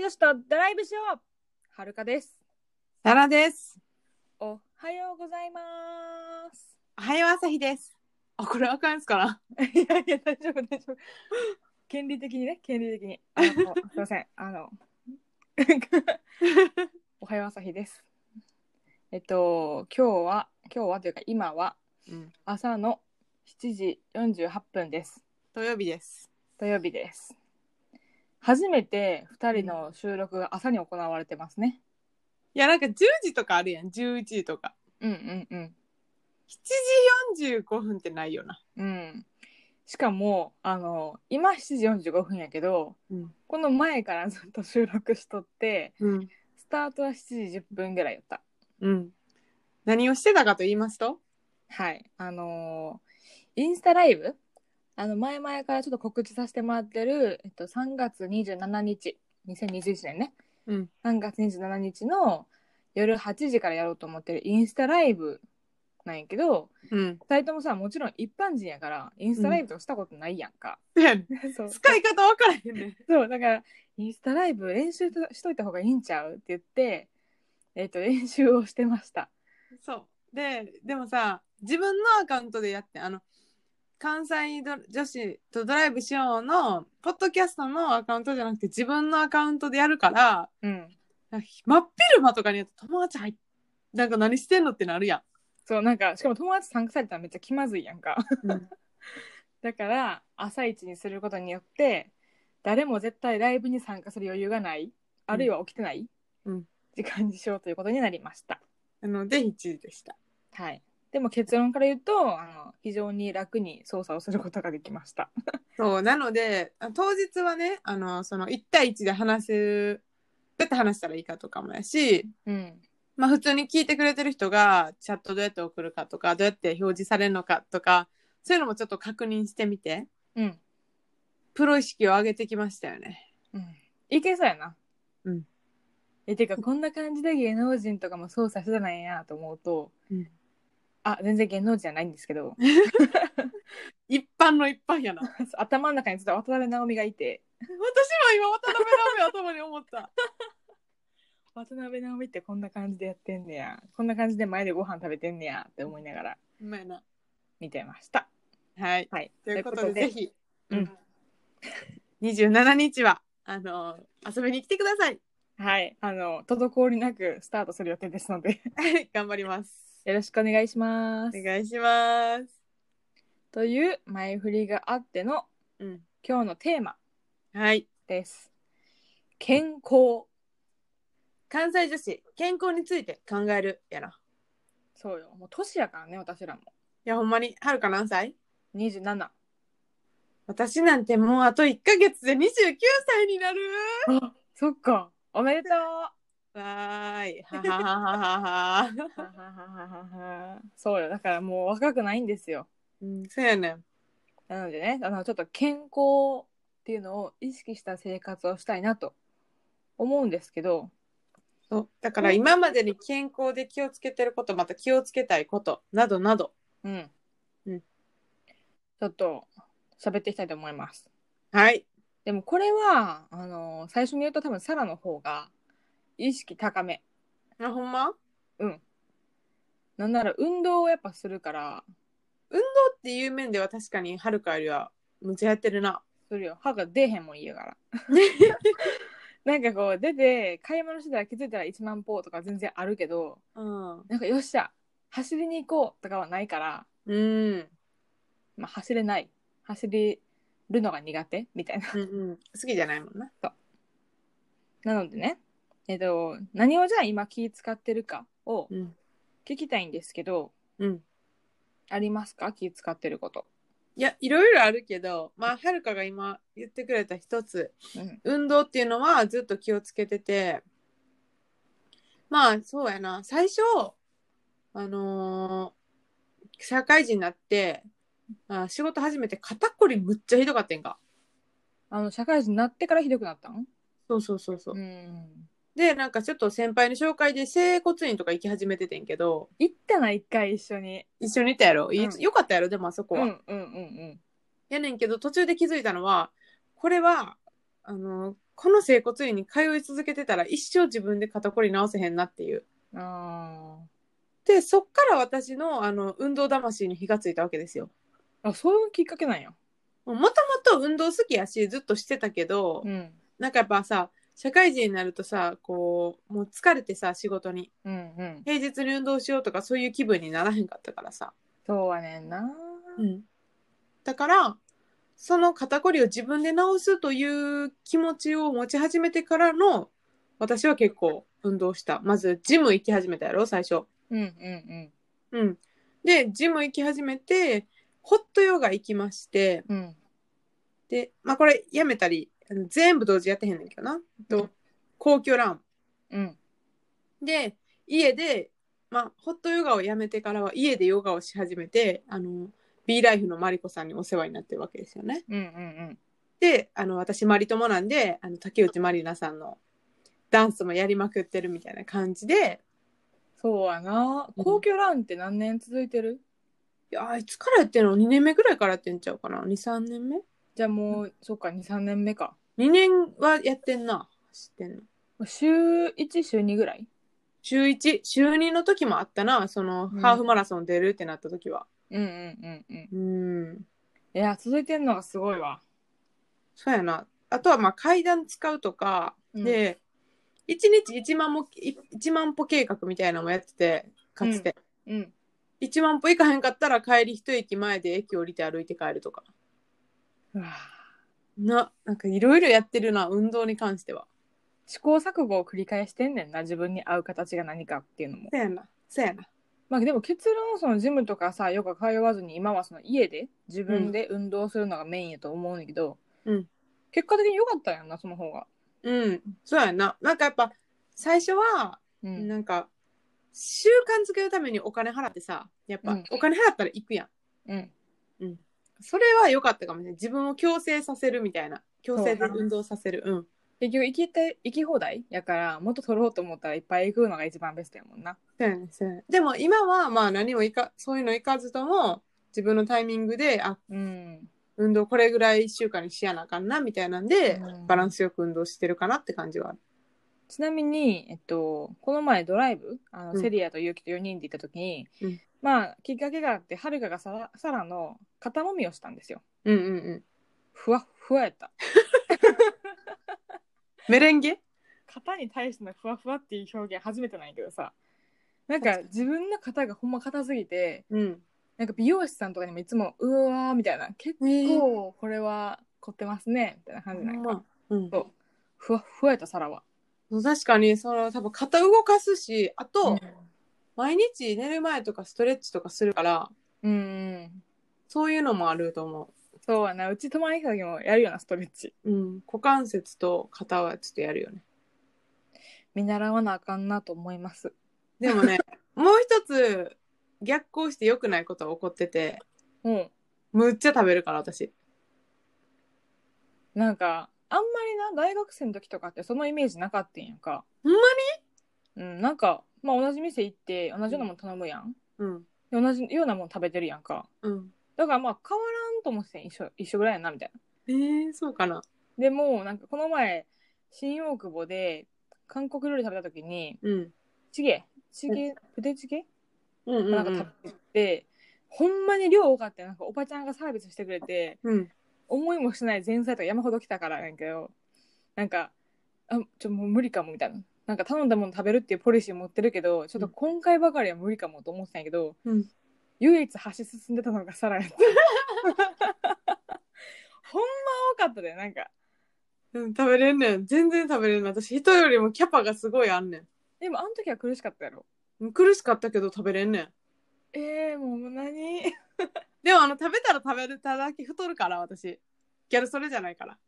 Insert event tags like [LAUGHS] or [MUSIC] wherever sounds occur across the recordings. よしとドライブしようはるかです。さらです。おはようございます。おはよう朝日です。あ、これあかんやつかな。いやいや、大丈夫、大丈夫。権利的にね、権利的に。あ [LAUGHS] のすいません、あ [LAUGHS] の、おはよう朝日です。えっと、今日は、今日はというか今はうん、朝の7時48分です。土曜日です。土曜日です。初めて2人の収録が朝に行われてますね。いや、なんか10時とかあるやん、11時とか。うんうんうん。 7時45分ってないよな。うん、しかもあの今7時45分やけどうん。この前からずっと収録しとってうん。スタートは7時10分ぐらいやったうん。何をしてたかと言いますと。はいあのーインスタライブあの前々からちょっと告知させてもらってる、えっと、3月27日2021年ね、うん3月27日の夜8時からやろうと思ってるインスタライブなんやけどうん。 2人ともさもちろん一般人やからインスタライブとかしたことないやんか、 [LAUGHS] そう使い方わからへんねん。 [LAUGHS] そうだからインスタライブ練習としといた方がいいんちゃうって言って、えっと練習をしてました。そう。で、でもさ、自分のアカウントでやって、あの、関西ド女子とドライブしようの、ポッドキャストのアカウントじゃなくて、自分のアカウントでやるから、うん、なんか真っ昼間とかにやったら友達入っなんか何してんのってなるやん。そうなんかしかも友達参加されたらめっちゃ気まずいやんか。 [LAUGHS] うんだから朝一にすることによって誰も絶対ライブに参加する余裕がないあるいは起きてない、うん時間にしようということになりました。なので1時でした。はい。でも結論から言うとあの非常に楽に操作をすることができました。そうなのであ当日はねあのその1対1で話せるどうやって話したらいいかとかもやし、うん。まあ、普通に聞いてくれてる人がチャットどうやって送るかとかどうやって表示されるのかとかそういうのもちょっと確認してみてうん。プロ意識を上げてきましたよね。うんいけそうやな。うん。え、てか、こんな感じで芸能人とかも操作してたんやと思うと、うんあ、全然芸能人じゃないんですけど、 [LAUGHS] 一般の一般 [LAUGHS] やな。私も頭の中にずっと渡辺直美がいて、今渡辺直美を頭に思った。渡辺直美ってこんな感じでやってんねや、こんな感じで前でご飯食べてんねやって思いながらうまいな。見てました。はい。はい。ということでぜひ、うんうん、27日はあの遊びに来てください。 [LAUGHS] はい。あの、滞りなくスタートする予定ですので、頑張ります。よろしくお願いします。お願いします。という前振りがあってのうん。今日のテーマはい。です。健康。関西女子、健康について考えるやな。そうよ。もう年やからね、私らも。いや、ほんまに、はるか何歳27。私なんてもうあと1ヶ月で29歳になるあ、そっか。おめでとう。わーい。はははははは。 [LAUGHS] [LAUGHS] そうよ。だからもう若くないんですよ。うん、そうやねん。なのでね、あのちょっと健康っていうのを意識した生活をしたいなと思うんですけど、そう。だから今までに健康で気をつけてること、また気をつけたいこと、などなど。うん。うんちょっと喋っていきたいと思います。はい。でもこれは、あの最初に言うと多分サラの方が意識高め。あ、ほんまなんなら運動をやっぱするから、っていう面では確かに、はるかよりは、むちゃやってるな。するよ歯が出えへんもん家 [LAUGHS] からなんかこう出て買い物してたら気づいたら1万歩とか全然あるけどうん。なんかよっしゃ走りに行こうとかはないから、うん。まあ、走れない走れるのが苦手みたいなうんうん、好きじゃないもんな。なのでねえっと何をじゃあ今気使ってるかをうん。聞きたいんですけどうん。ありますか気使ってること、いや、いろいろあるけど、まあ、はるかが今言ってくれた一つ、うん運動っていうのはずっと気をつけてて、まあ、そうやな、最初、あのー社会人になって、あ仕事始めて肩こりむっちゃひどかったんか。あの社会人になってからひどくなったんそうそうそうそう。うんで、なんかちょっと先輩の紹介で整骨院とか行き始めててんけど、行ったな一回一緒に一緒にいたやろ、いいうんよかったやろ、でもあそこうんは。うんうんうんやねんけど途中で気づいたのはこれはあの、この整骨院に通い続けてたら一生自分で肩こり治せへんなっていう。あで、そっから私の、あの、運動魂に火がついたわけですよ。ーあそういうきっかけなんやもともと運動好きやし、ずっとしてたけど、うんなんかやっぱさ、社会人になるとさ、こう、もう疲れてさ、仕事に。うんうん平日に運動しようとか、そういう気分にならへんかったからさ。そうやねんなうん。だから、その肩こりを自分で治すという気持ちを持ち始めてからの、私は結構運動した。まず、ジム行き始めたやろ、最初。うんうんうんうん。で、ジム行き始めて、ホットヨガ行きまして、うんで、まあこれやめたり、あの全部同時やってへんねんけどな。うとん、皇居ラン。うんで、家で、まあホットヨガをやめてからは家でヨガをし始めて、あの、B ライフのマリコさんにお世話になってるわけですよね。うんうんで、あの、私マリ友なんで、あの、竹内まりなさんのダンスもやりまくってるみたいな感じで、そうやなうん皇居ランって何年続いてる、いやー、いつからやってんの ?2 年目ぐらいからやってんちゃうかな ?2、3年目じゃあもうそっか23年目か ?2 年はやってんな。知ってんの。週1週2ぐらい週1、週2の時もあったな。その、うんハーフマラソン出るってなった時は。うんうんうんうんうん。いや続いてんのがすごいわそうやな。あとは、まあ、階段使うとか、うんで、1日1万も、1万歩計画みたいなのもやってて、かつて。うん1万歩行かへんかったら帰り一駅前で駅降りて歩いて帰るとか。うわぁな、なんかいろいろやってるな、運動に関しては。試行錯誤を繰り返してんねんな自分に合う形が何かっていうのもそうやな。そうやな。まあでも結論そのジムとかさよく通わずに今はその家で自分で運動するのがメインやと思うんだけど、うん結果的に良かったんやんなその方がうん。そうやな。なんかやっぱ、最初は、うんなんか、習慣づけるためにお金払ってさ、やっぱ、うんお金払ったら行くやん。うんそれは良かったかもしれない。自分を強制させるみたいな。強制で運動させる。うん。結局行きたい行き放題やからもっと取ろうと思ったらいっぱい行くのが一番ベストやもんなそうやね、そうやね。でも今は、まあ何もいか、そういうの行かずとも、自分のタイミングで、あ、うん運動これぐらい一週間にしやなあかんな、みたいなんで、うんバランスよく運動してるかなって感じはある。ちなみに、えっと、この前ドライブあの、うんセリアとユウキと4人で行った時に、うんまあきっかけがあってはるかがさらさらの肩もみをしたんですようんうんうん。ふわっふわやったメレンゲ肩に対してのふわふわっていう表現初めてなんやけどさなんか自分の肩がほんま硬すぎてうん。なんか美容師さんとかにもいつも「うわ」みたいな「結構これは凝ってますね」みたいな感じなんやんか、まあ、うん。そうふわっふわやった皿は。確かに、その、多分肩動かすし、あうと、ん毎日寝る前とかストレッチとかするから、うんうんそういうのもあると思そうやなうち泊まりかけもやるようなストレッチう。うん。股関節と肩はちょっとやるよね。見習わなあかんなと思いますで [LAUGHS] もね、もう一つ、逆行して良くないことが起こってて、うんむっちゃ食べるから、私。なんかあんまりな大学生の時とかってそのイメージなかったんやんかほんまにうんなんかまあ同じ店行って同じようなもん頼むやんうん。で同じようなもん食べてるやんかうん。だからまあ変わらんと思ってたん一緒一緒ぐらいやなみたいなえー、そうかな。でもなんかこの前新大久保で韓国料理食べた時にうん。チゲチゲプテチゲうんうん、なんか食べてて、ほんまに量多かったよなんかおばちゃんがサービスしてくれてうん。思いもしない前菜とか山ほど来たからなんけどなんかあちょもう無理かもみたいななんか頼んだもの食べるっていうポリシー持ってるけどちょっと今回ばかりは無理かもと思ってたんやけど、うん唯一箸進んでたのがサラやった [LAUGHS] ほんま多かったでなんかうん。食べれんねん。全然食べれんねん。私、人よりもキャパがすごいあんねでもあの時は苦しかったやろん。苦しかったけど食べれんねん。えー、もう何 [LAUGHS] でもあの食べたら食べただけ太るから私ギャルそれじゃないから、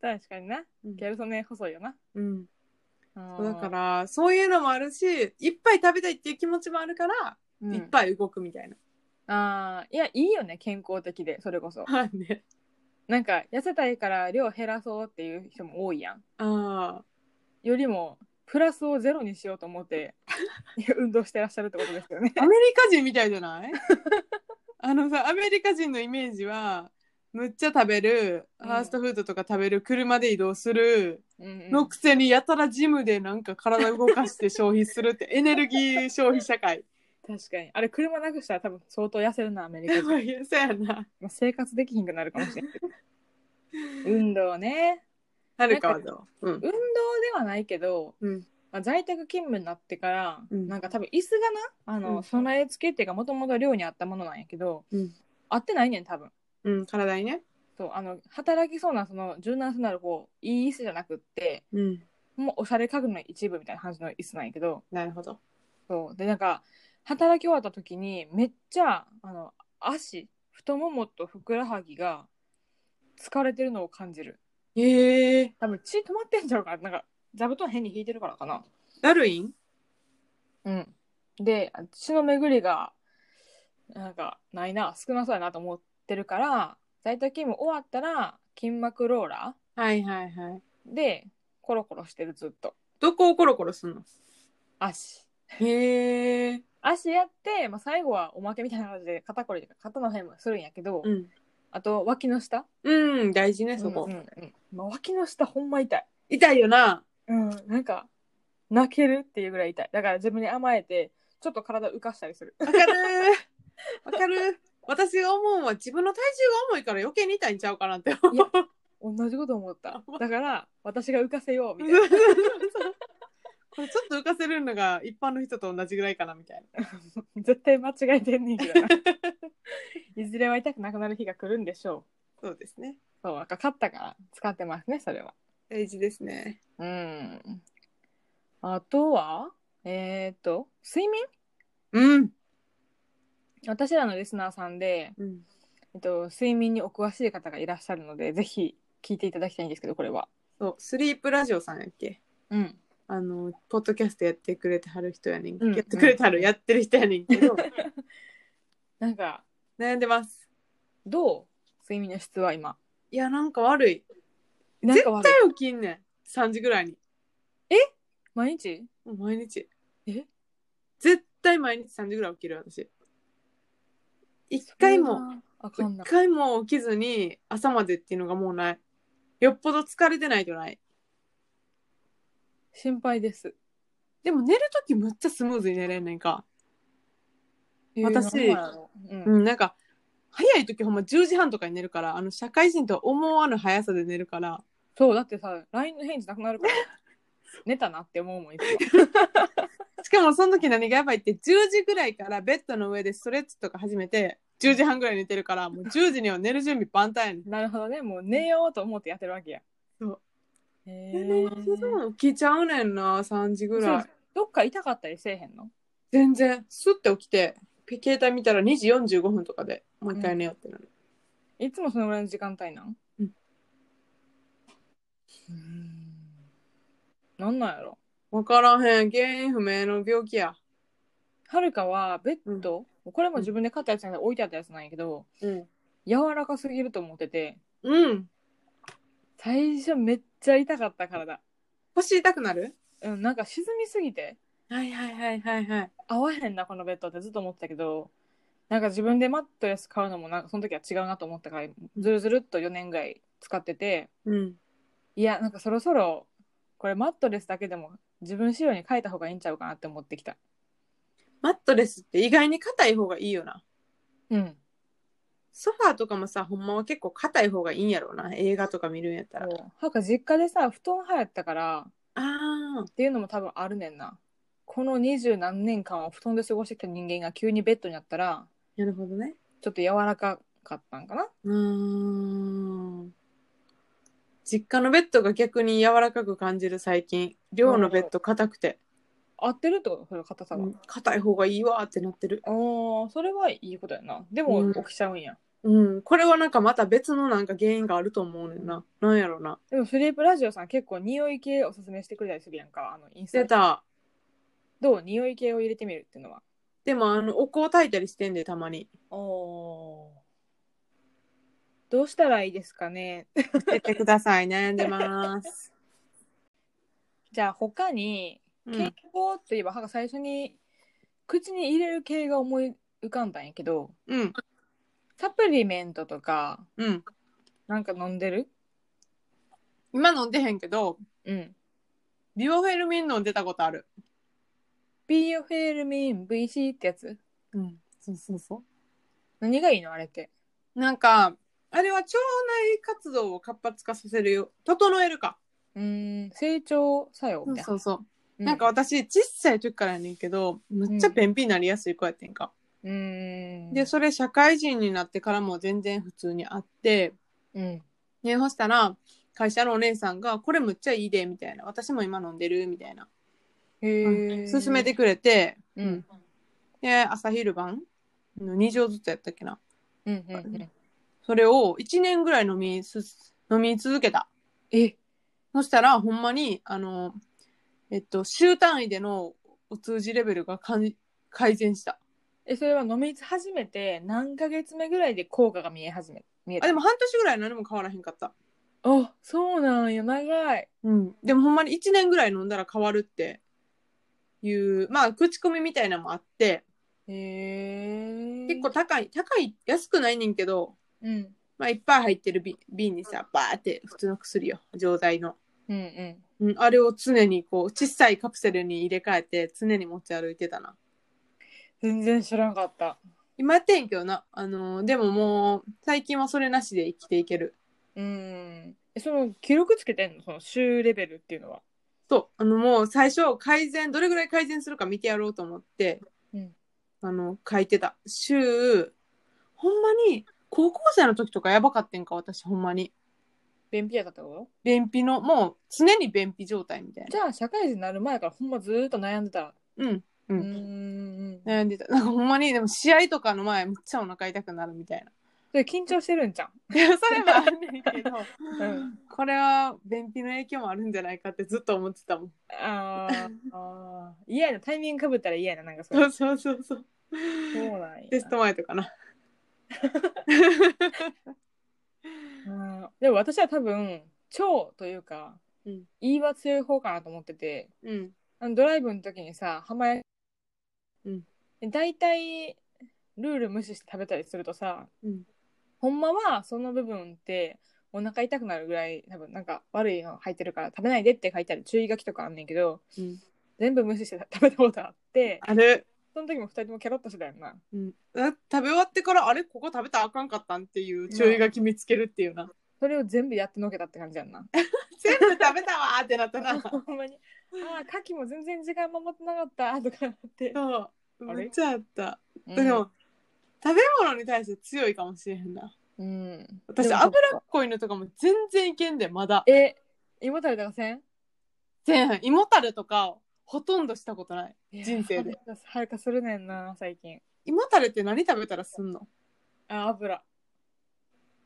確かになうんギャルソネ細いよなうん、だかあらそういうのもあるしいっぱい食べたいっていう気持ちもあるから、ーうんいっぱい動くみたい [LAUGHS] な、あーいやいいよね健康的でそれこそはいねなんか痩せたいから量減らそうっていう人も多いやんああよりもプラスをゼロにしようと思って [LAUGHS] 運動してらっしゃるってことですよね。 [LAUGHS] アメリカ人みたいじゃないあのさアメリカ人のイメージはむっちゃ食べる、うんファーストフードとか食べる車で移動するうんうんのくせにやたらジムでなんか体動かして消費するってエネルギー消費社 [LAUGHS] 会確かに。あれ、車なくしたら多分相当痩せるな、アメリカ [LAUGHS] で人。もそうやなまあ生活できひんくなるかもしれないけど。運動ね。はるかはどう、うん、運動ではないけど、うんまあ、在宅勤務になってから、うんなんか多分椅子がな、あの、うん備え付けっていうか、もともと寮にあったものなんやけど、うん合ってないねん、多分。うん、体にねそう、あの、働きそうな、その、柔軟性のある、こう、いい椅子じゃなくって、うんもうおしゃれ家具の一部みたいな感じの椅子なんやけど、なるほどそう。で、なんか、働き終わった時に、めっちゃ、あの、足、太ももとふくらはぎが、疲れてるのを感じる。へえ多分血止まってんちゃうかななんか座布団変に引いてるからかなダルインうんで血の巡りがなんかないな少なそうやなと思ってるから在宅勤務終わったら筋膜ローラはいはいはいーでコロコロしてるずっとどこをコロコロすんの足へえ足やって、まあ、最後はおまけみたいな感じで肩こりとか肩の辺もするんやけど、うんあと脇の下うん大事ねそこ、うんうんうんまあ、脇の下ほんま痛い痛いよなうんなんか泣けるっていうぐらい痛いだから自分に甘えてちょっと体浮かしたりす [LAUGHS] るわかるわかる私が思うのは自分の体重が重いから余計に痛いんちゃうかなって思ういや同じこと思っただから私が浮かせようみた [LAUGHS] いこれちょっと浮かせるのが一般の人と同じぐらいかなみたいな。な絶対間違えてんねん [LAUGHS] けどないずれは痛くなくなる日が来るんでしょそうですね。うそうなんか勝ったから使ってますねそれは大事ですね。うんあとはえっ、と睡眠うん。私らのリスナーさんで、うん、えっと、睡眠にお詳しい方がいらっしゃるのでぜひ聞いていただきたいんですけどこれはそう、スリープラジオさんやっけうんあの、ポッドキャストやってくれてはる人やねん。うんやってくれてはる、うんやってる人やねんけど、なんか悩んでます。どう睡眠の質は今いや、なんか悪い。なんか悪い絶対起きんねん。3時ぐらいに。毎日もう毎日。え絶対毎日3時ぐらい起きる、私。一回そもん。なあかん一な回も起きずに朝までっていうのがもうない。よっぽど疲れてないとない。心配ですでも寝るときむっちゃスムーズに寝れんねんか。私えーなんかあのううんん、なんか、早いときほんま10時半とかに寝るから、あの、社会人とは思わぬ速さで寝るから、そうだってさ LINE の返事なくなる [LAUGHS] から寝たなって思うもんいつしかもその時何がやばいって、10時ぐらいからベッドの上でストレッチとか始めて、10時半ぐらいに寝てるから、もう10時には寝る準備万端やねん。もなるほどねもう寝ようと思ってやってるわけやそうへええ起きちゃうねんな、3時ぐらい。どっか痛かったりせえへんの全然、スッて起きて、ピ携帯見たら2時45分とかでもう一回寝ようってなる。いつもそのぐらいの時間帯なんうんうーんなんなんやろわからへん。原因不明の病気や。はるかはベッド、これも自分で買ったやつじゃなくて置いてあったやつなんやけどうん。柔らかすぎると思っててうん。最初めっちゃ痛かった体腰痛くなるうんなんか沈みすぎてはいはいはいはいはい。合わへんなこのベッドってずっと思ってたけどなんか自分でマットレス買うのもなんかその時は違うなと思ったからずるずるっと4年ぐらい使っててうん。いやなんかそろそろこれマットレスだけでも自分仕様に変えた方がいいんちゃうかなって思ってきたマットレスって意外に硬い方がいいよな。うんソファーとかもさ、ほんまは結構硬い方がいいんやろうな。映画とか見るんやったら。あなんか実家でさ布団派やったからあー。っていうのも多分あるねんなこの二十何年間を布団で過ごしてきた人間が急にベッドになったらなるほどね。ちょっと柔らかかったんかなうーん。実家のベッドが逆に柔らかく感じる最近。寮のベッド硬くて。合ってるってことその硬さが、うん硬い方がいいわーってなってる。ああそれはいいことやなでうんも起きちゃうんや、うん。これはなんかまた別のなんか原因があると思うねんな。なんやろうな。でもスリープラジオさん結構匂い系おすすめしてくれたりするやんかあのインスタ出にた。どう匂い系を入れてみるっていうのはでもあの、お香炊いたりしてんで、たまに。おどうしたらいいですかね [LAUGHS] 教えてください。悩んで [LAUGHS] ます。じゃあ他にう健ん康といえば、なんか最初に口に入れる系が思い浮かんだんやけどうん。サプリメントとかうん。なんか飲んでる今飲んでへんけど、うん。ビオフェルミン飲んでたことある。ビオフェルミン VC ってやつうん。そうそうそ何がいいのあれって。う。なんか、あれは腸内活動を活発化させるよ。整えるか。うーん、成長作用みそうたいな。そうそう。うなんか、私、小さい時からやねんけど、めっちゃ便秘になりやすい子やってんか。うーん。で、それ社会人になってからも全然普通にあって、うん。ね、そしたら、会社のお姉さんが、これむっちゃいいで、みたいな。私も今飲んでる、みたいな。へえ。勧めてくれて、うん。で、朝昼晩の2錠ずつやったっけな。うんうんうん。それを1年ぐらい飲みす、飲み続けた。え、そしたら、ほんまに、あの、えっと、週単位でのお通じレベルがかん改善した。え、それは飲み始めて何ヶ月目ぐらいで効果が見え始め、見えあ、たでも半年ぐらい何も変わらへんかった。あ、そうなんや、長い。うん。でもほんまに1年ぐらい飲んだら変わるっていう、まあ、口コミみたいなのもあって、へえ。結構、高い、高い、安くないねんけど、うん。まあ、いっぱい入ってる瓶瓶にさ、バーって普通の薬よ、錠剤の。うんうん。うん、あれを常にこう、小さいカプセルに入れ替えて、常に持ち歩いてたな。全然知らんかった。今やってんけどな。あのーでももう、最近はそれなしで生きていける。うん。え、その、記録つけてんのその、週レベルっていうのは。そう、あのもう最初改善、どれぐらい改善するか見てやろうと思って、うんあの、書いてた。週、ほんまに、高校生の時とかやばかってんか、私ほんまに。便秘やったってこと便秘の、もう常に便秘状態みたいじな。ゃあ社会人になる前からほんまずーっと悩んでた。うん。う。うんん。悩んでた。なんかほんまに、でも試合とかの前、めっちゃお腹痛くなるみたいな。それ緊張してるんじゃん。いや、それもあんね [LAUGHS] んけど、んこれは便秘の影響もあるんじゃないかってずっと思ってたもん。あ [LAUGHS] ーあー。嫌やな、タイミングかぶったら嫌やな、なんかそ。そううそうそうそう。そうなんや。テスト前とかな。うんでも私は多分、腸というか、うん言いは強い方かなと思ってて、うん。あのドライブの時にさ、浜焼うん大体、ルール無視して食べたりするとさ、うんほんまはその部分って、お腹痛くなるぐらい、多分なんか悪いの入ってるから食べないでって書いてある注意書きとかあんねんけど、うん全部無視して食べたことあって、あれ、その時も二人ともキャロッとしてたよな。うん、あ食べ終わってから、あれ、ここ食べたらあかんかったんっていう注意書き見つけるっていうな。それを全部やってのけたって感じやんな。 [LAUGHS] 全部食べたわーってなった [LAUGHS] な。ほんまに。ああ、牡蠣も全然時間守ってなかったとかなって。そう。あれめっちゃあった。うんでも、食べ物に対して強いかもしれへんな。うん。私、でもそ脂っっかこいのとかも全然いけんで、まだ。え、胃もたれとかせんせん胃もたれとか、ほとんどしたことない。人生で。いや。はるかするねんな、最近。胃もたれって何食べたらすんのあ、油。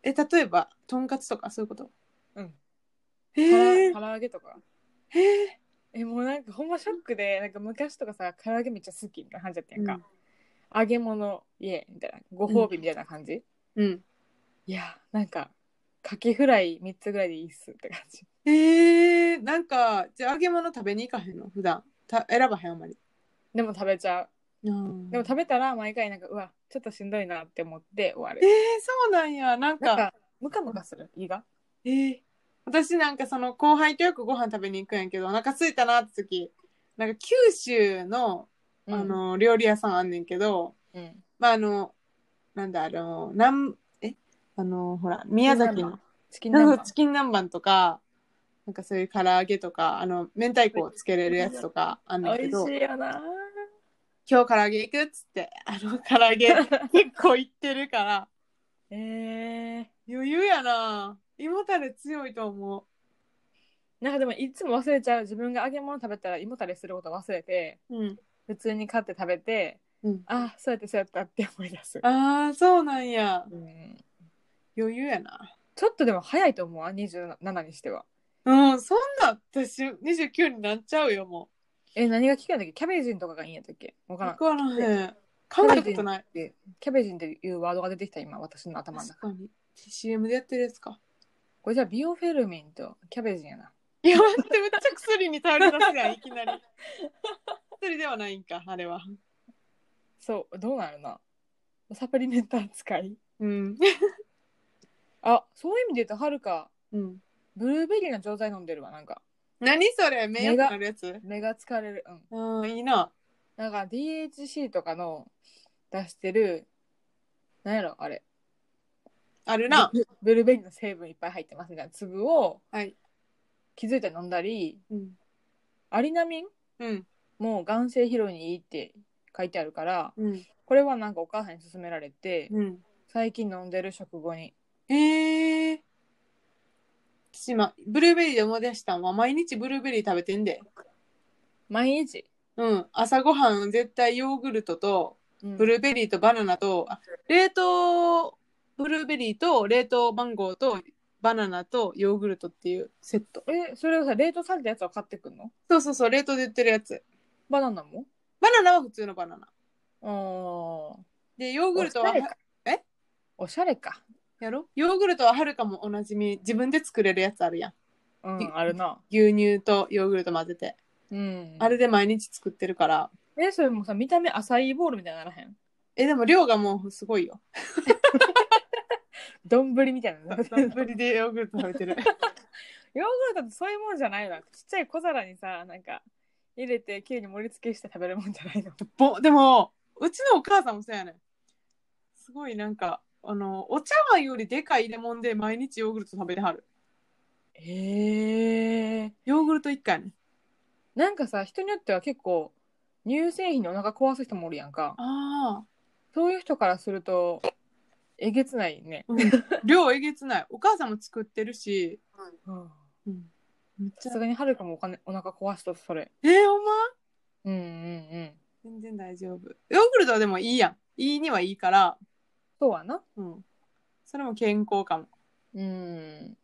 え、例えば、とんかつとかそういうことうん。へえ唐ー、唐揚げとか。へええ、もうなんかほんまショックで、なんか昔とかさ、唐揚げめっちゃ好きみたいな感じだったやんか。揚げ物、イエーみたいな。ご褒美みたいな感じ。うん。いや、なんか、カキフライ3つぐらいでいいっすって感じ。えー、なんか、じゃあ揚げ物食べに行かへんの普段。た選ばへん、あんまり。でも食べちゃう。でもでも食べたら毎回なんか、うわ、ちょっとしんどいなって思って終わるえー、。そうなんや。ななんか、んか、ムカムカする、胃が。えー、私なんかその後輩とよくご飯食べに行くんやけど、お腹空いたなって時、なんか九州の、あ、の、料理屋さんあんねんけど、うん。まあ、あの、なんだ、あの、なん、えあの、ほら、宮崎の、チキンなん南か蛮 [LAUGHS] チキン南蛮とか、なんかそういう唐揚げとか、あの、明太子をつけれるやつとかあんねん美け味どし、いよな。今日唐揚げ行くっつって、あの、唐揚 [LAUGHS] げ結構行ってるから、えー。余裕やな胃もたれ強いと思なんかでもいつも忘れちゃう自分が揚げ物食べたら胃もたれすること忘れてう。うん。普通に買って食べて、うんあそうやってそうやったって思い出す、ああ、そうなんや。うん余裕やな。ちょっとでも早いと思うわ27にしてはうん、そんな、私、29になっちゃうよ、もえ何が聞くんだっけキャベジンとかがいいんやったっけわう。からわんからへん。考えたことない。キャベジンっていうワードが出てきた今私の頭の中確かに。CM でやってるやつか。これじゃあビオフェルミンとキャベジンやないや、待って、めっちゃ薬に頼り出 [LAUGHS] すやん、いきなり。薬ではないんか、あれは。そうどうなるなサプリメンター使いうん。あそういう意味で言うとはるかうん。ブルーベリーの錠剤飲んでるわなんか何それ目安なるやつ目が疲れるうんうん、いいな。なんか DHC とかの出してるなんやろあれあるな。ブルブルーベリーの成分いっぱい入ってますみたいな粒をはい。気づいて飲んだりうん。アリナミンうん。も眼性疲労にいいって書いてあるからうん。これはなんかお母さんに勧められてうん。最近飲んでる食後にへえ。私今、ブルーベリーで思い出したんは、毎日ブルーベリー食べてんで。毎日、うん。朝ごはん絶対ヨーグルトと、うんブルーベリーとバナナと、あ冷凍ブルーベリーと冷凍マンゴーとバナナとヨーグルトっていうセット。えそれをさ冷凍されたやつは買ってくんのそうそうそう、冷凍で売ってるやつ。バナナもバナナは普通のバナナ。ああで、ヨーグルトはおしゃれか、えおしゃれかやろヨーグルトははるかもおなじみ、自分で作れるやつあるやん。うんあるな牛乳とヨーグルト混ぜて。うんあれで毎日作ってるから。えそれもさ見た目アサイーボールみたいにならへんえ、でも量がもうすごいよ。丼みたい [LAUGHS] なのヨーグルぶりでヨーグルト食べてる。トってそういうもんじゃないなちっちゃい小皿にさなんか入れてきれいに盛り付けして食べるもんじゃないのぼでも、うちのお母さんもそうやねん。すごいなんか、あの、お茶碗よりでかい入れ物で毎日ヨーグルト食べてはる。へえヨーグルト一回ねん。なんかさ人によっては結構乳製品にお腹壊す人もおるやんかああ。そういう人からするとえげつないね、うん [LAUGHS] 量えげつない。お母さんも作ってるし。めっさちゃす。がにはるかもお金お腹壊すとそれえー、ほんまうんうんうん全然大丈夫。ヨーグルトはでもいいやん。いいにはいいから。そうはなうん。それも健康かも。うん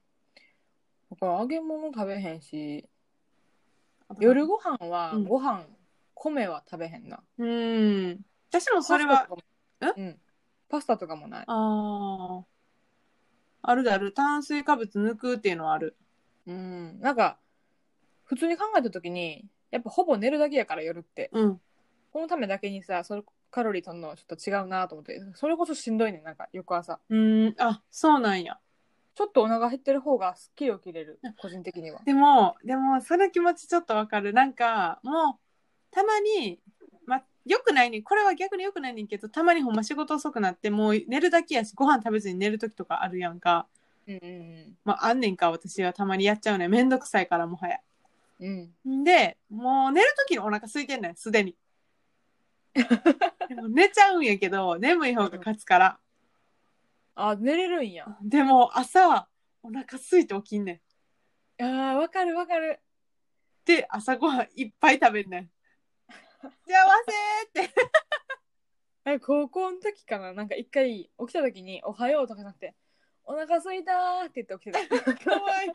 だから揚げ物食べへんし夜ご飯はうんご飯、米は食べへんなうん。私もそれは、パスタとかもうんパスタとかもないああ。あるだる。炭水化物抜くっていうのはある。うんなんか普通に考えた時にやっぱほぼ寝るだけやから夜ってうん。このためだけにさそれカロリーとんのちょっと違うなと思ってそれこそしんどいねんなんか翌朝うん。あ、そうなんや。ちょっとお腹減ってる方がすっきり起きれる個人的 [LAUGHS] にはでも、でも、その気持ちちょっとわかる。なんか、もう、たまに、ま、よくないねんこれは逆によくないねんけど、たまにほんま仕事遅くなって、もう寝るだけやし、ご飯食べずに寝る時とかあるやんか。うんうんまあ、あんねんか、私はたまにやっちゃうねん。めんどくさいから、もはや。うんうんんで、もう寝る時にお腹空いてんねん、す [LAUGHS] でに。でも寝ちゃうんやけど、眠い方が勝つから。あ寝れるんやでも、朝はお腹空いて起きんねん。あーわかるわかるで、朝ごはんいっぱい食べんね [LAUGHS] ん。幸せーって。あれ高校の時かななんか一回起きた時に「おはよう」とかじゃなくて「お腹すいたー」って言って起きてたかわいい。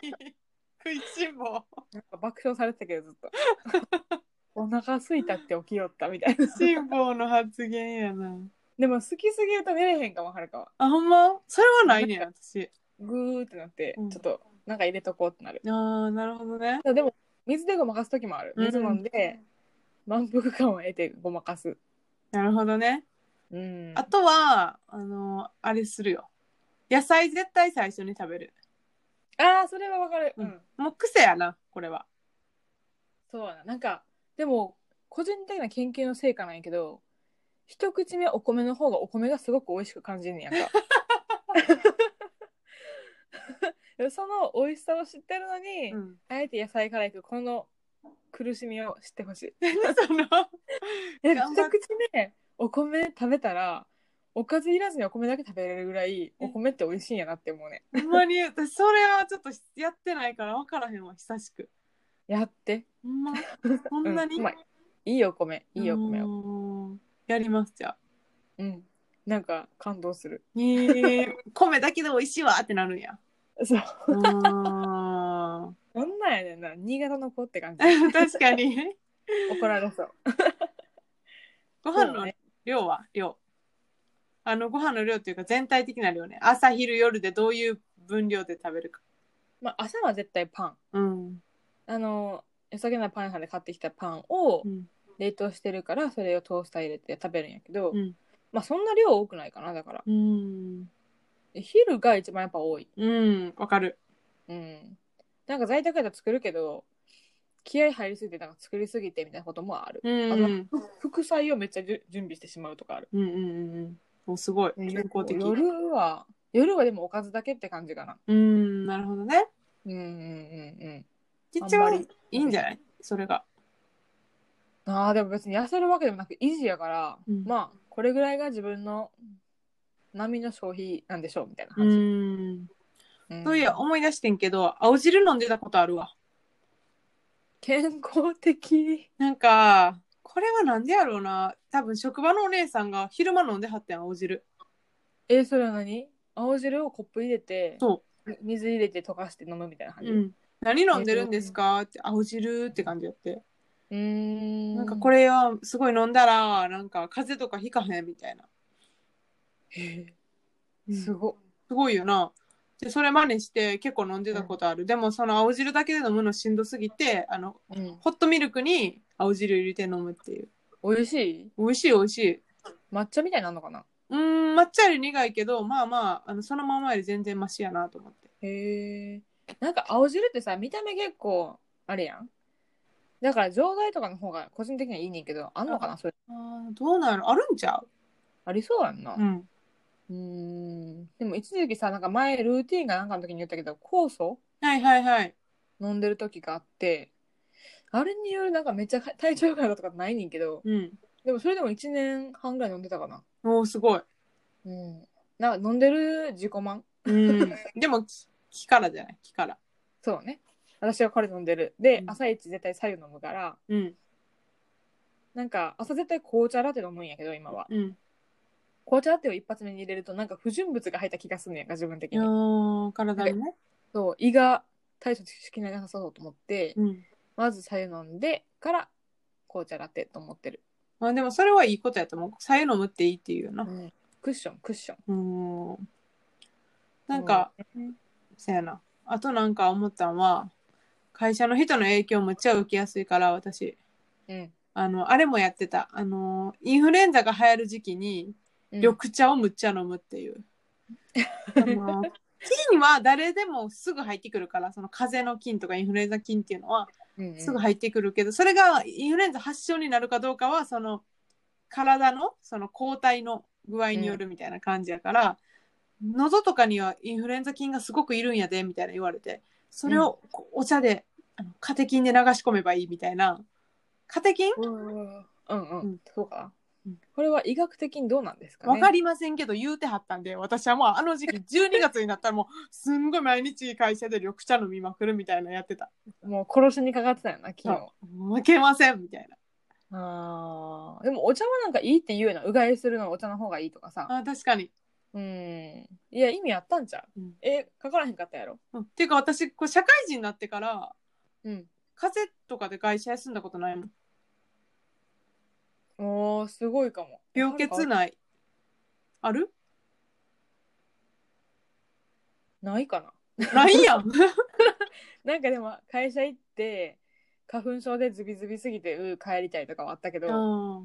食いしん坊。なんか爆笑されてたけどずっとお腹すいたって起きよったみたいな食いしん坊の発言やな。でも好きすぎると寝れへんかもはるかはあ、ほんまそれはないねん、私。グーってなって、うんちょっとなんか入れとこうってなるあー、なるほどね。でも水でごまかす時もあるうん水飲んで、満腹感を得てごまかすなるほどね。うんあとは、あの、あれするよ。野菜絶対最初に食べる。あーそれはわかるうん、うんもう癖やな、これは。そうだななんかでも個人的な研究の成果なんやけど一口目お米の方がお米がすごく美味しく感じるんねやん [LAUGHS] か [LAUGHS] その美味しさを知ってるのに、うん。 [LAUGHS] あえて野菜からいくこの苦しみを知ってほしい [LAUGHS] その、え頑張一っ口目お米食べたらおかずいらずにお米だけ食べれるぐらいお米って美味しいんやなって思うねほんまに、私それはちょっとやってないから分からへんわ、久しく。やってほんま、そんな [LAUGHS] に、うんうまいいいお米いいお米をを。やります、じゃあ。うんなんか感動するえー、米だけで美味しいわってなるんや。そううーんそんなんやねんな新潟の子って感じ [LAUGHS] 確かに。怒られそう。ご飯そうのね量は、量。あの、ご飯の量っていうか全体的な量ね。朝、昼、夜でどういう分量で食べるか。まあ、朝は絶対パン。うん。あの、良さげなパン屋さんで買ってきたパンをうん冷凍してるから、それをトースター入れて食べるんやけど、うんまあ、そんな量多くないかな、だから。うん。一昼が一番やっぱ多い。うん、わかる。うん。なんか在宅やったら作るけど、気合入りすぎて、なんか作りすぎてみたいなこともある。うん、うあん、ふ副菜をめっちゃじゅ準備してしまうとかある。うん、うんうん。お、すごい。健康的。夜は、夜はでもおかずだけって感じかな。うん、なるほどね。うんうんうんちっちゃはあんまいりいんじゃないそれが。うん。ああ、でも別に痩せるわけでもなく維持やから、うんまあ、これぐらいが自分の波の消費なんでしょうみたいなう感じ。ん。うんそういや、思い出してんけど、青汁飲んでたことあるわ。健康的。なんか、これはなんでやろうな。多分、職場のお姉さんが昼間飲んではってん、青汁。えそれは何青汁をコップ入れてそみ水入れて溶かして飲むみたいな感う。じうん。何飲んでるんですかって、青汁って感じやって。うーんなんか、これはすごい飲んだら、なんか、風邪とかひかへんみたいな。れうんすごっすごいよな。で、それ真似して結構飲んでたことある。でも、その青汁だけで飲むのしんどすぎて、あの、うんホットミルクに青汁入れて飲むっていう。美味しい美味しい美味しい。抹茶みたいになるのかなうーん、抹茶より苦いけど、まあまあ、あのそのままより全然マシやなと思って。へえんか青汁ってさ見た目結構あれやんだから錠剤とかの方が個人的にはいいねんけどあんのかなそれああ、どうなのあるんちゃうありそうやんなうん。うんんでも一時期さなんか前ルーティンがなんかの時に言ったけど酵素はいはいはい。飲んでる時があってあれによるなんかめっちゃ体調良くなったとかないねんけどうん。でもそれでも1年半ぐらい飲んでたかな。おーすごい。うん。なんか飲んでる自己満うん。でも、き木からじゃない木から。そうね。私はこれ飲んでる。で、うん朝一絶対白湯飲むから、うん。なんか朝絶対紅茶ラテ飲むんやけど、今は。うん。紅茶ラテを一発目に入れると、なんか不純物が入った気がするんやんか、自分的いやに。ー体にね。そう、胃が対処しきれなさそうと思って、うん。まず白湯飲んでから紅茶ラテと思ってる。まあでも、それはいいことやと思う。さゆ飲むっていいっていうよな。クッション、クッション。うん。なんか、そやな。あとなんか思ったんは、会社の人の影響むっちゃ受けやすいから、私。うん、あの、あれもやってた。あの、インフルエンザが流行る時期に、うん。緑茶をむっちゃ飲むっていう。[LAUGHS] あの菌は誰でもすぐ入ってくるから、その風邪の菌とかインフルエンザ菌っていうのはうんうんすぐ入ってくるけど、それがインフルエンザ発症になるかどうかは、その体のその抗体の具合によるみたいな感じやから、喉とかにはインフルエンザ菌がすごくいるんやで、みたいな言われて、それをこうお茶で、あのカテキンで流し込めばいいみたいな。カテキンうんうん、うんそうかうん。これは医学的にどうなんですかね。わかりませんけど言うてはったんで私はもうあの時 [LAUGHS] 期12月になったらもうすんごい毎日会社で緑茶飲みまくるみたいなのやってたもう殺しにかかってたよな、昨日。負けませんみたいなあーでもお茶はなんかいいって言うよな。うがいするのはお茶の方がいいとかさ。あ確かに、うん。いや、意味あったんちゃう、うんえ、かからへんかったやろ。うん、っていうか私こう社会人になってからうん。風邪とかで会社休んだことないもんおー、すごいかも。病欠なないあるないかな。ないやんなんかでも、会社行って、花粉症でズビズビすぎて、うー帰りたいとかはあったけど、あ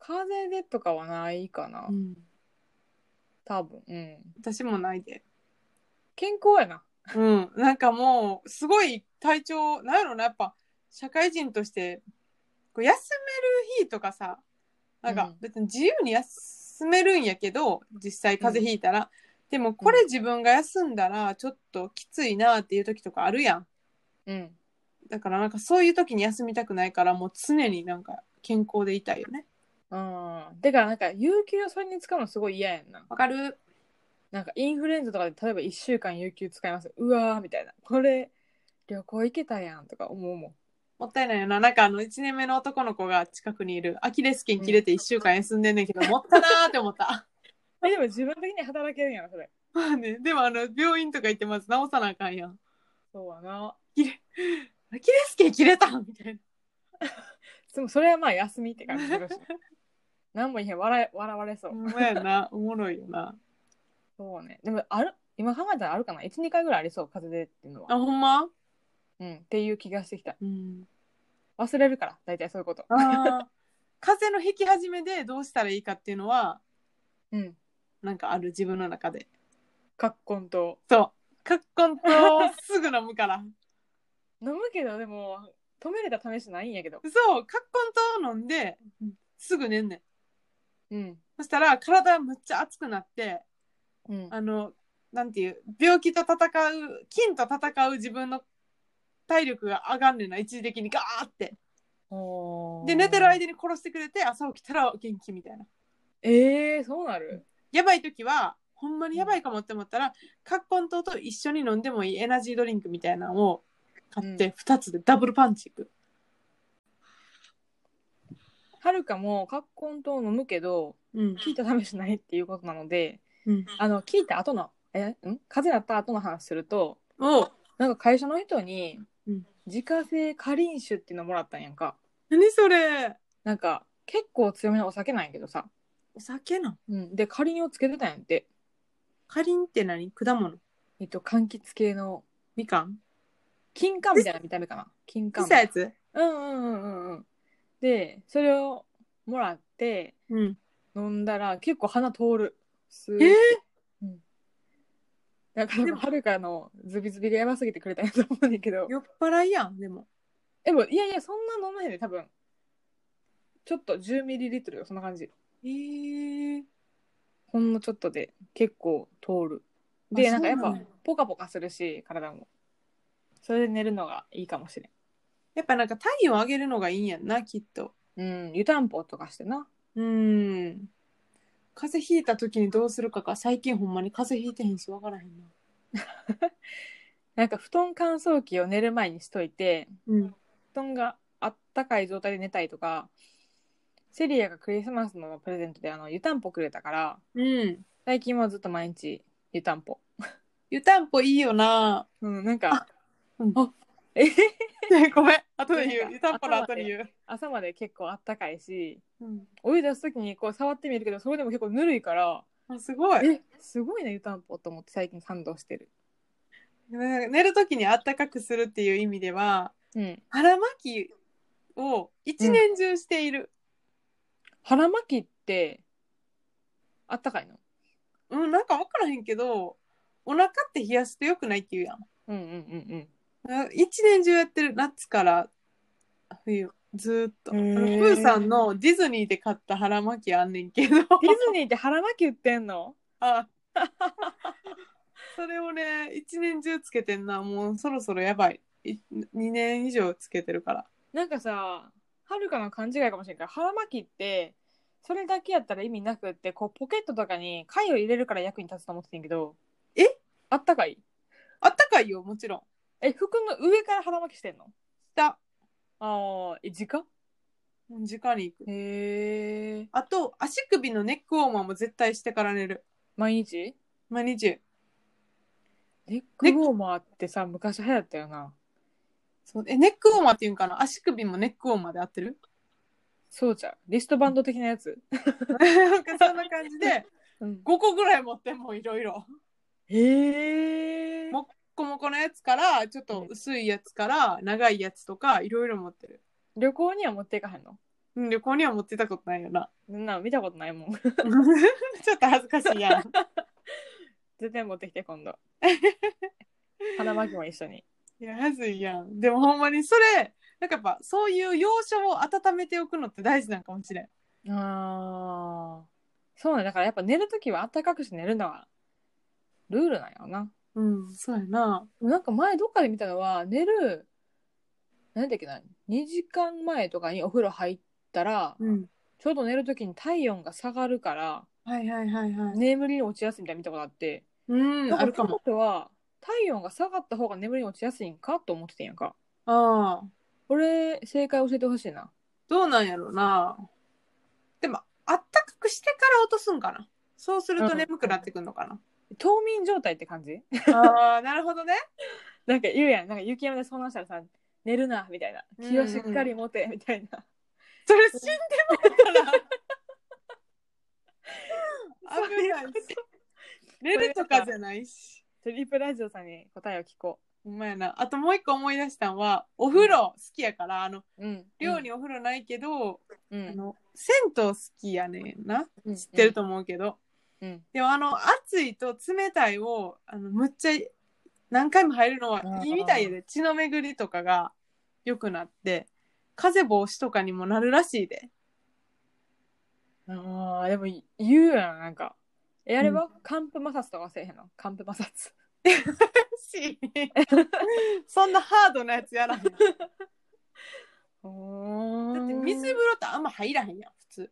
風邪でとかはないかなー、う。ん、多分。うん。私もないで健康やな。うんなんかもうすごい体調なんやろなやっぱ社会人としてこう休める日とかさなんうかん別に自由に休めるんやけど実際風邪ひいたら、でもこれ自分が休んだらちょっときついなっていう時とかあるやんうん。だからなんかそういう時に休みたくないからもう常になんか健康でいたいよねうん。てか、なんか、有給をそれに使うのすごい嫌やんな。わかるなんかインフルエンザとかで例えば1週間有給使いますうわーみたいなこれ旅行行けたやんとか思うもんもったいないよな。なんかあの、1年目の男の子が近くにいる。アキレス腱切れて1週間休んでんねんけ [LAUGHS] ど、もったなーって思った。えでも自分的には働けるんやろそれ [LAUGHS] まあね、でもあの、病院とか行ってまず治さなあかんやん。そうやな切れ、アキレス腱切れたみたいな。でもそれはまあ休みって感じす [LAUGHS] るし何も言えへん笑え笑われそう、ほんまやな、おもろいよな。そうねでもある今考えたらあるかな12回ぐらいありそう風邪でっていうの [LAUGHS] あ、はほんまうんっていう気がしてきたうん。忘れるから大体そういうことああ。 [LAUGHS] 風邪の引き始めでどうしたらいいかっていうのは、うんなんかある自分の中で。カッコンとそう。カッコンとすぐ飲むから。飲むけどでも止めれた試しないんやけどそう、カッコンと飲んで、すぐ寝んねん。うんそしたら体むっちゃ熱くなって、うんあの、なんていう、病気と戦う、菌と戦う自分の体力が上がんねんな、一時的にガーって。で、寝てる間に殺してくれて、朝起きたら元気みたいな。えー、そうなるやばい時は、ほんまにやばいかもって思ったら、カッコン糖と一緒に飲んでもいいエナジードリンクみたいなのを買っうて、2つでダブルパンチいく。はるかもカッコンと飲むけどうん。聞いた試しないっていうことなのでうん。あの聞いた後のえん風邪なった後の話するとおうなんか会社の人にうん自家製かりん酒っていうのもらったんやんか何それなんか結構強めのお酒なんやけどさ、お酒なんうん、でかりんをつけてたんやってかりんって何果物えっと柑橘系のみかん金柑みたいな見た目かな金小柑さいやつうんうんうんうんうんでそれをもらってうん。飲んだら結構鼻通るすーえーうん、だからでもはるかのズビズビがやばすぎてくれたんやと思うねんだけど酔っ払いやん、でも。でもいやいやそんな飲まへんで多分ちょっと1 0トルよそんな感じえー、ほんのちょっとで結構通るあでなんかやっそうぱなんやポカポカするし体もそれで寝るのがいいかもしれんやっぱなんか体温上げるのがいいんやんな、きっと。うん湯たんぽとかしてなうーん。風邪ひいた時にどうするかか、最近ほんまに風邪ひいてへんし、わからへんな。なんか布団乾燥機を寝る前にしといてうん。布団があったかい状態で寝たいとかセリアがクリスマスのプレゼントであの湯たんぽくれたからうん。最近はずっと毎日湯たんぽ湯たんぽいいよな。うんなんかうんあえ [LAUGHS] ごめん、後でな言んう。か湯たんぽの後で言う。朝まで結構あったかいしうん。お湯出す時にこう触ってみるけどそれでも結構ぬるいからあ、すごい。えすごいな湯たんぽと思って最近感動してるね寝る時にあったかくするっていう意味では、うん腹巻きを一年中している。腹巻きってあったかいのうん、なんかわからへんけど、お腹って冷やすと良くないって言うやん。うんうんうんあ一年中やってる夏から冬ずーっとあへーのプーさんのディズニーで買った腹巻きあんねんけどディズニーって腹巻き売ってんのあそれをね一年中つけてんなもうそろそろやばいい二年以上つけてるからなんかさはるかの勘違いかもしれんから腹巻きってそれだけやったら意味なくってこうポケットとかに貝を入れるから役に立つと思ってたんやけどえあったかいあったかいよもちろんえ服の上から腹巻きしてんの下ああえ直うん直に行くへえあと足首のネックウォーマーも絶対してから寝る毎日毎日ネックウォーマーってさ昔流行ったよなそうえネックウォーマーっていうんかな足首もネックウォーマーで合ってる [LAUGHS] そうじゃんリストバンド的なやつ、なんかそんな感じでうん、 5個ぐらい持ってんもういろいろへえもこもこのやつからちょっと薄いやつから長いやつとかいろいろ持ってる旅行には持っていかへんのうん旅行には持ってたことないよな [LAUGHS] んなの見たことないもん [LAUGHS] ちょっと恥ずかしいやん [LAUGHS] 絶対持ってきて今度 [LAUGHS] 腹巻きも一緒にいや恥ずいやんでもほんまにそれなんかやっぱそういう要所を温めておくのって大事なんかもしれんああそうねだからやっぱ寝るときはあったかくして寝るのはルールなんやろなうんそうやななんか前どっかで見たのは寝る何だっけな2時間前とかにお風呂入ったら、うんちょうど寝るときに体温が下がるからはいはいはいはい眠りに落ちやすいみたいな見たことあってうんあるかも僕は体温が下がった方が眠りに落ちやすいんかと思ってたんやんかああ俺正解教えてほしいなどうなんやろうなでもあったかくしてから落とすんかなそうすると眠くなってくんのかな、冬眠状態って感じ [LAUGHS] [LAUGHS] ああなるほどねなんか言うやんなんか雪山で遭難したらさ寝るなみたいな気をしっかり持てみたいな、それ死んでもら [LAUGHS] ったら危ないし寝るとかじゃないしトリップラジオさんに答えを聞こほんまやなあともう一個思い出したのはお風呂好きやからあのううん寮にお風呂ないけど、うあんの銭湯好きやねんなうん知ってると思うけど、うんうんでもあの暑いと冷たいをあのむっちゃ何回も入るのはいいみたいで血の巡りとかが良くなって風邪防止とかにもなるらしいでああ、でもい言うやん、なんか。え、あれは、寒風摩擦とかせえへんの寒 [LAUGHS] 風摩擦。 [LAUGHS] そんなハードなやつやらへんだっおて水風呂ってあんま入らへんやん普通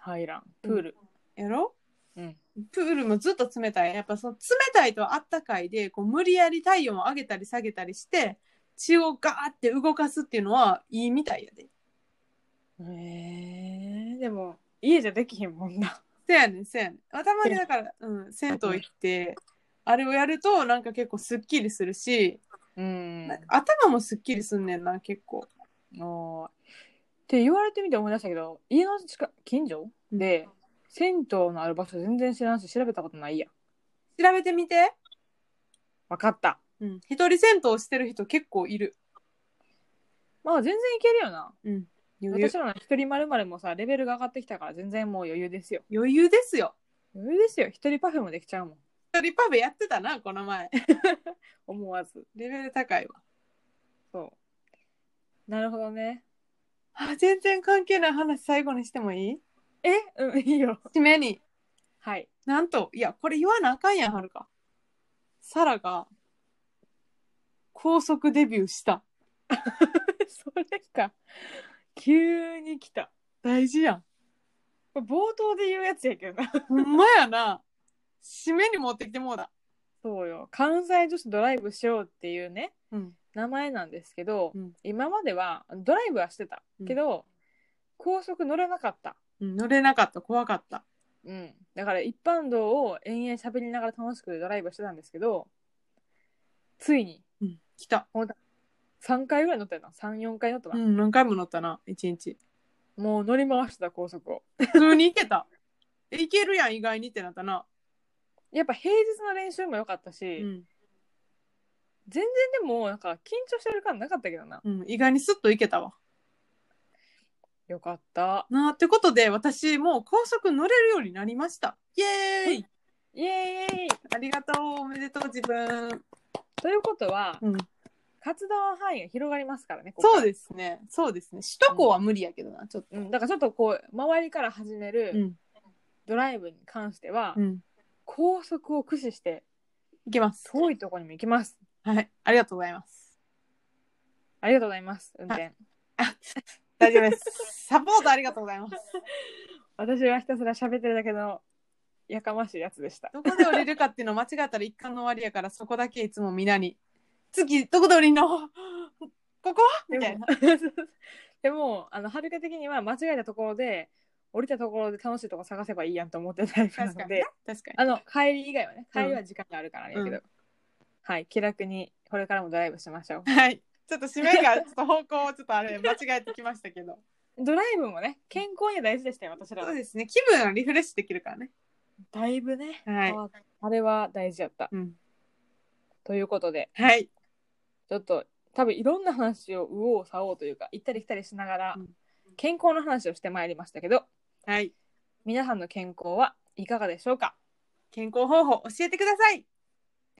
入らん。プール。やろうんプールもずっと冷たいやっぱその冷たいとあったかいでこう無理やり体温を上げたり下げたりして血をガーって動かすっていうのはいいみたいやでえー、でも、家じゃできひんもんな。せやねんせやねん頭にだから、うん、銭湯行ってあれをやるとなんか結構すっきりするし、うんなんか頭もすっきりすんねんな結構あーって言われてみて思い出したけど家の近近所で銭湯のある場所全然知らんし調べたことないや調べてみて分かったうん一人銭湯してる人結構いるまあ全然いけるよなうん余裕私らの一人まるまるもさレベルが上がってきたから全然もう余裕ですよ余裕ですよ余裕ですよ一人パフェもできちゃうもん一人パフェやってたなこの前思わずレベル高いわそうなるほどねあ全然関係ない話最後にしてもいいえ [LAUGHS] うんいいよ締めにはいなんといやこれ言わなあかんやんはるかサラが高速デビューした [LAUGHS] それか急に来た大事やんこれ冒頭で言うやつやけどなほんまやな。締めに持ってきてもうだ。そうよ関西女子ドライブしようっていうねうん。名前なんですけど、うん今まではドライブはしてたけど、高速乗れなかった、乗れなかった、怖かった。うん、だから一般道を延々喋りながら楽しくドライブしてたんですけどついにうん。来た。 3回ぐらい乗ったよな34回乗ったうな、ん、何回も乗ったな、一日。もう乗り回してた高速を普通に行けた。え行けるやん、意外にってなったな。やっぱ平日の練習も良かったし、うん。全然でもなんか緊張してる感なかったけどなうん、意外にスッと行けたわ。よかったなあ、ってことで、私、もう高速乗れるようになりました。イエーイイエーイありがとう、おめでとう、自分。ということは、うん。活動範囲が広がりますからねここそうですね。そうですね。首都高は無理やけどな、ちょっと。うん、だからちょっとこう周りから始める、うん。ドライブに関しては、うん。高速を駆使して行けます。遠いところにも行きます。はい。ありがとうございます。ありがとうございます。運転。大丈夫です。 [LAUGHS] サポートありがとうございます。私はひたすら喋ってるだけのやかましいやつでした。どこで降りるかっていうのを間違えたら一巻の終わりやからそこだけいつも皆に「次どこで降りんの [LAUGHS] ここ?」みたいな。でも [LAUGHS] でもあのはるか的には間違えたところで降りたところで楽しいとこ探せばいいやんと思ってたりな確かのにねで、確かに。あの帰り以外はねうん帰りは時間があるからね、うんけど、はい気楽にこれからもドライブしましょはい。ちょっと締めがちょっと方向をちょっとあれ間違えてきましたけど。う。 [LAUGHS] ドライブもね健康には大事でしたよ私らそはう。ですね。気分をリフレッシュできるからね。だいぶね、はい。ああれは大事やった。うん。ということで。はい。ちょっと多分いろんな話を右往左往というか行ったり来たりしながらうん健康の話をしてまいりましたけどはい。皆さんの健康はいかがでしょうか健康方法教えてください。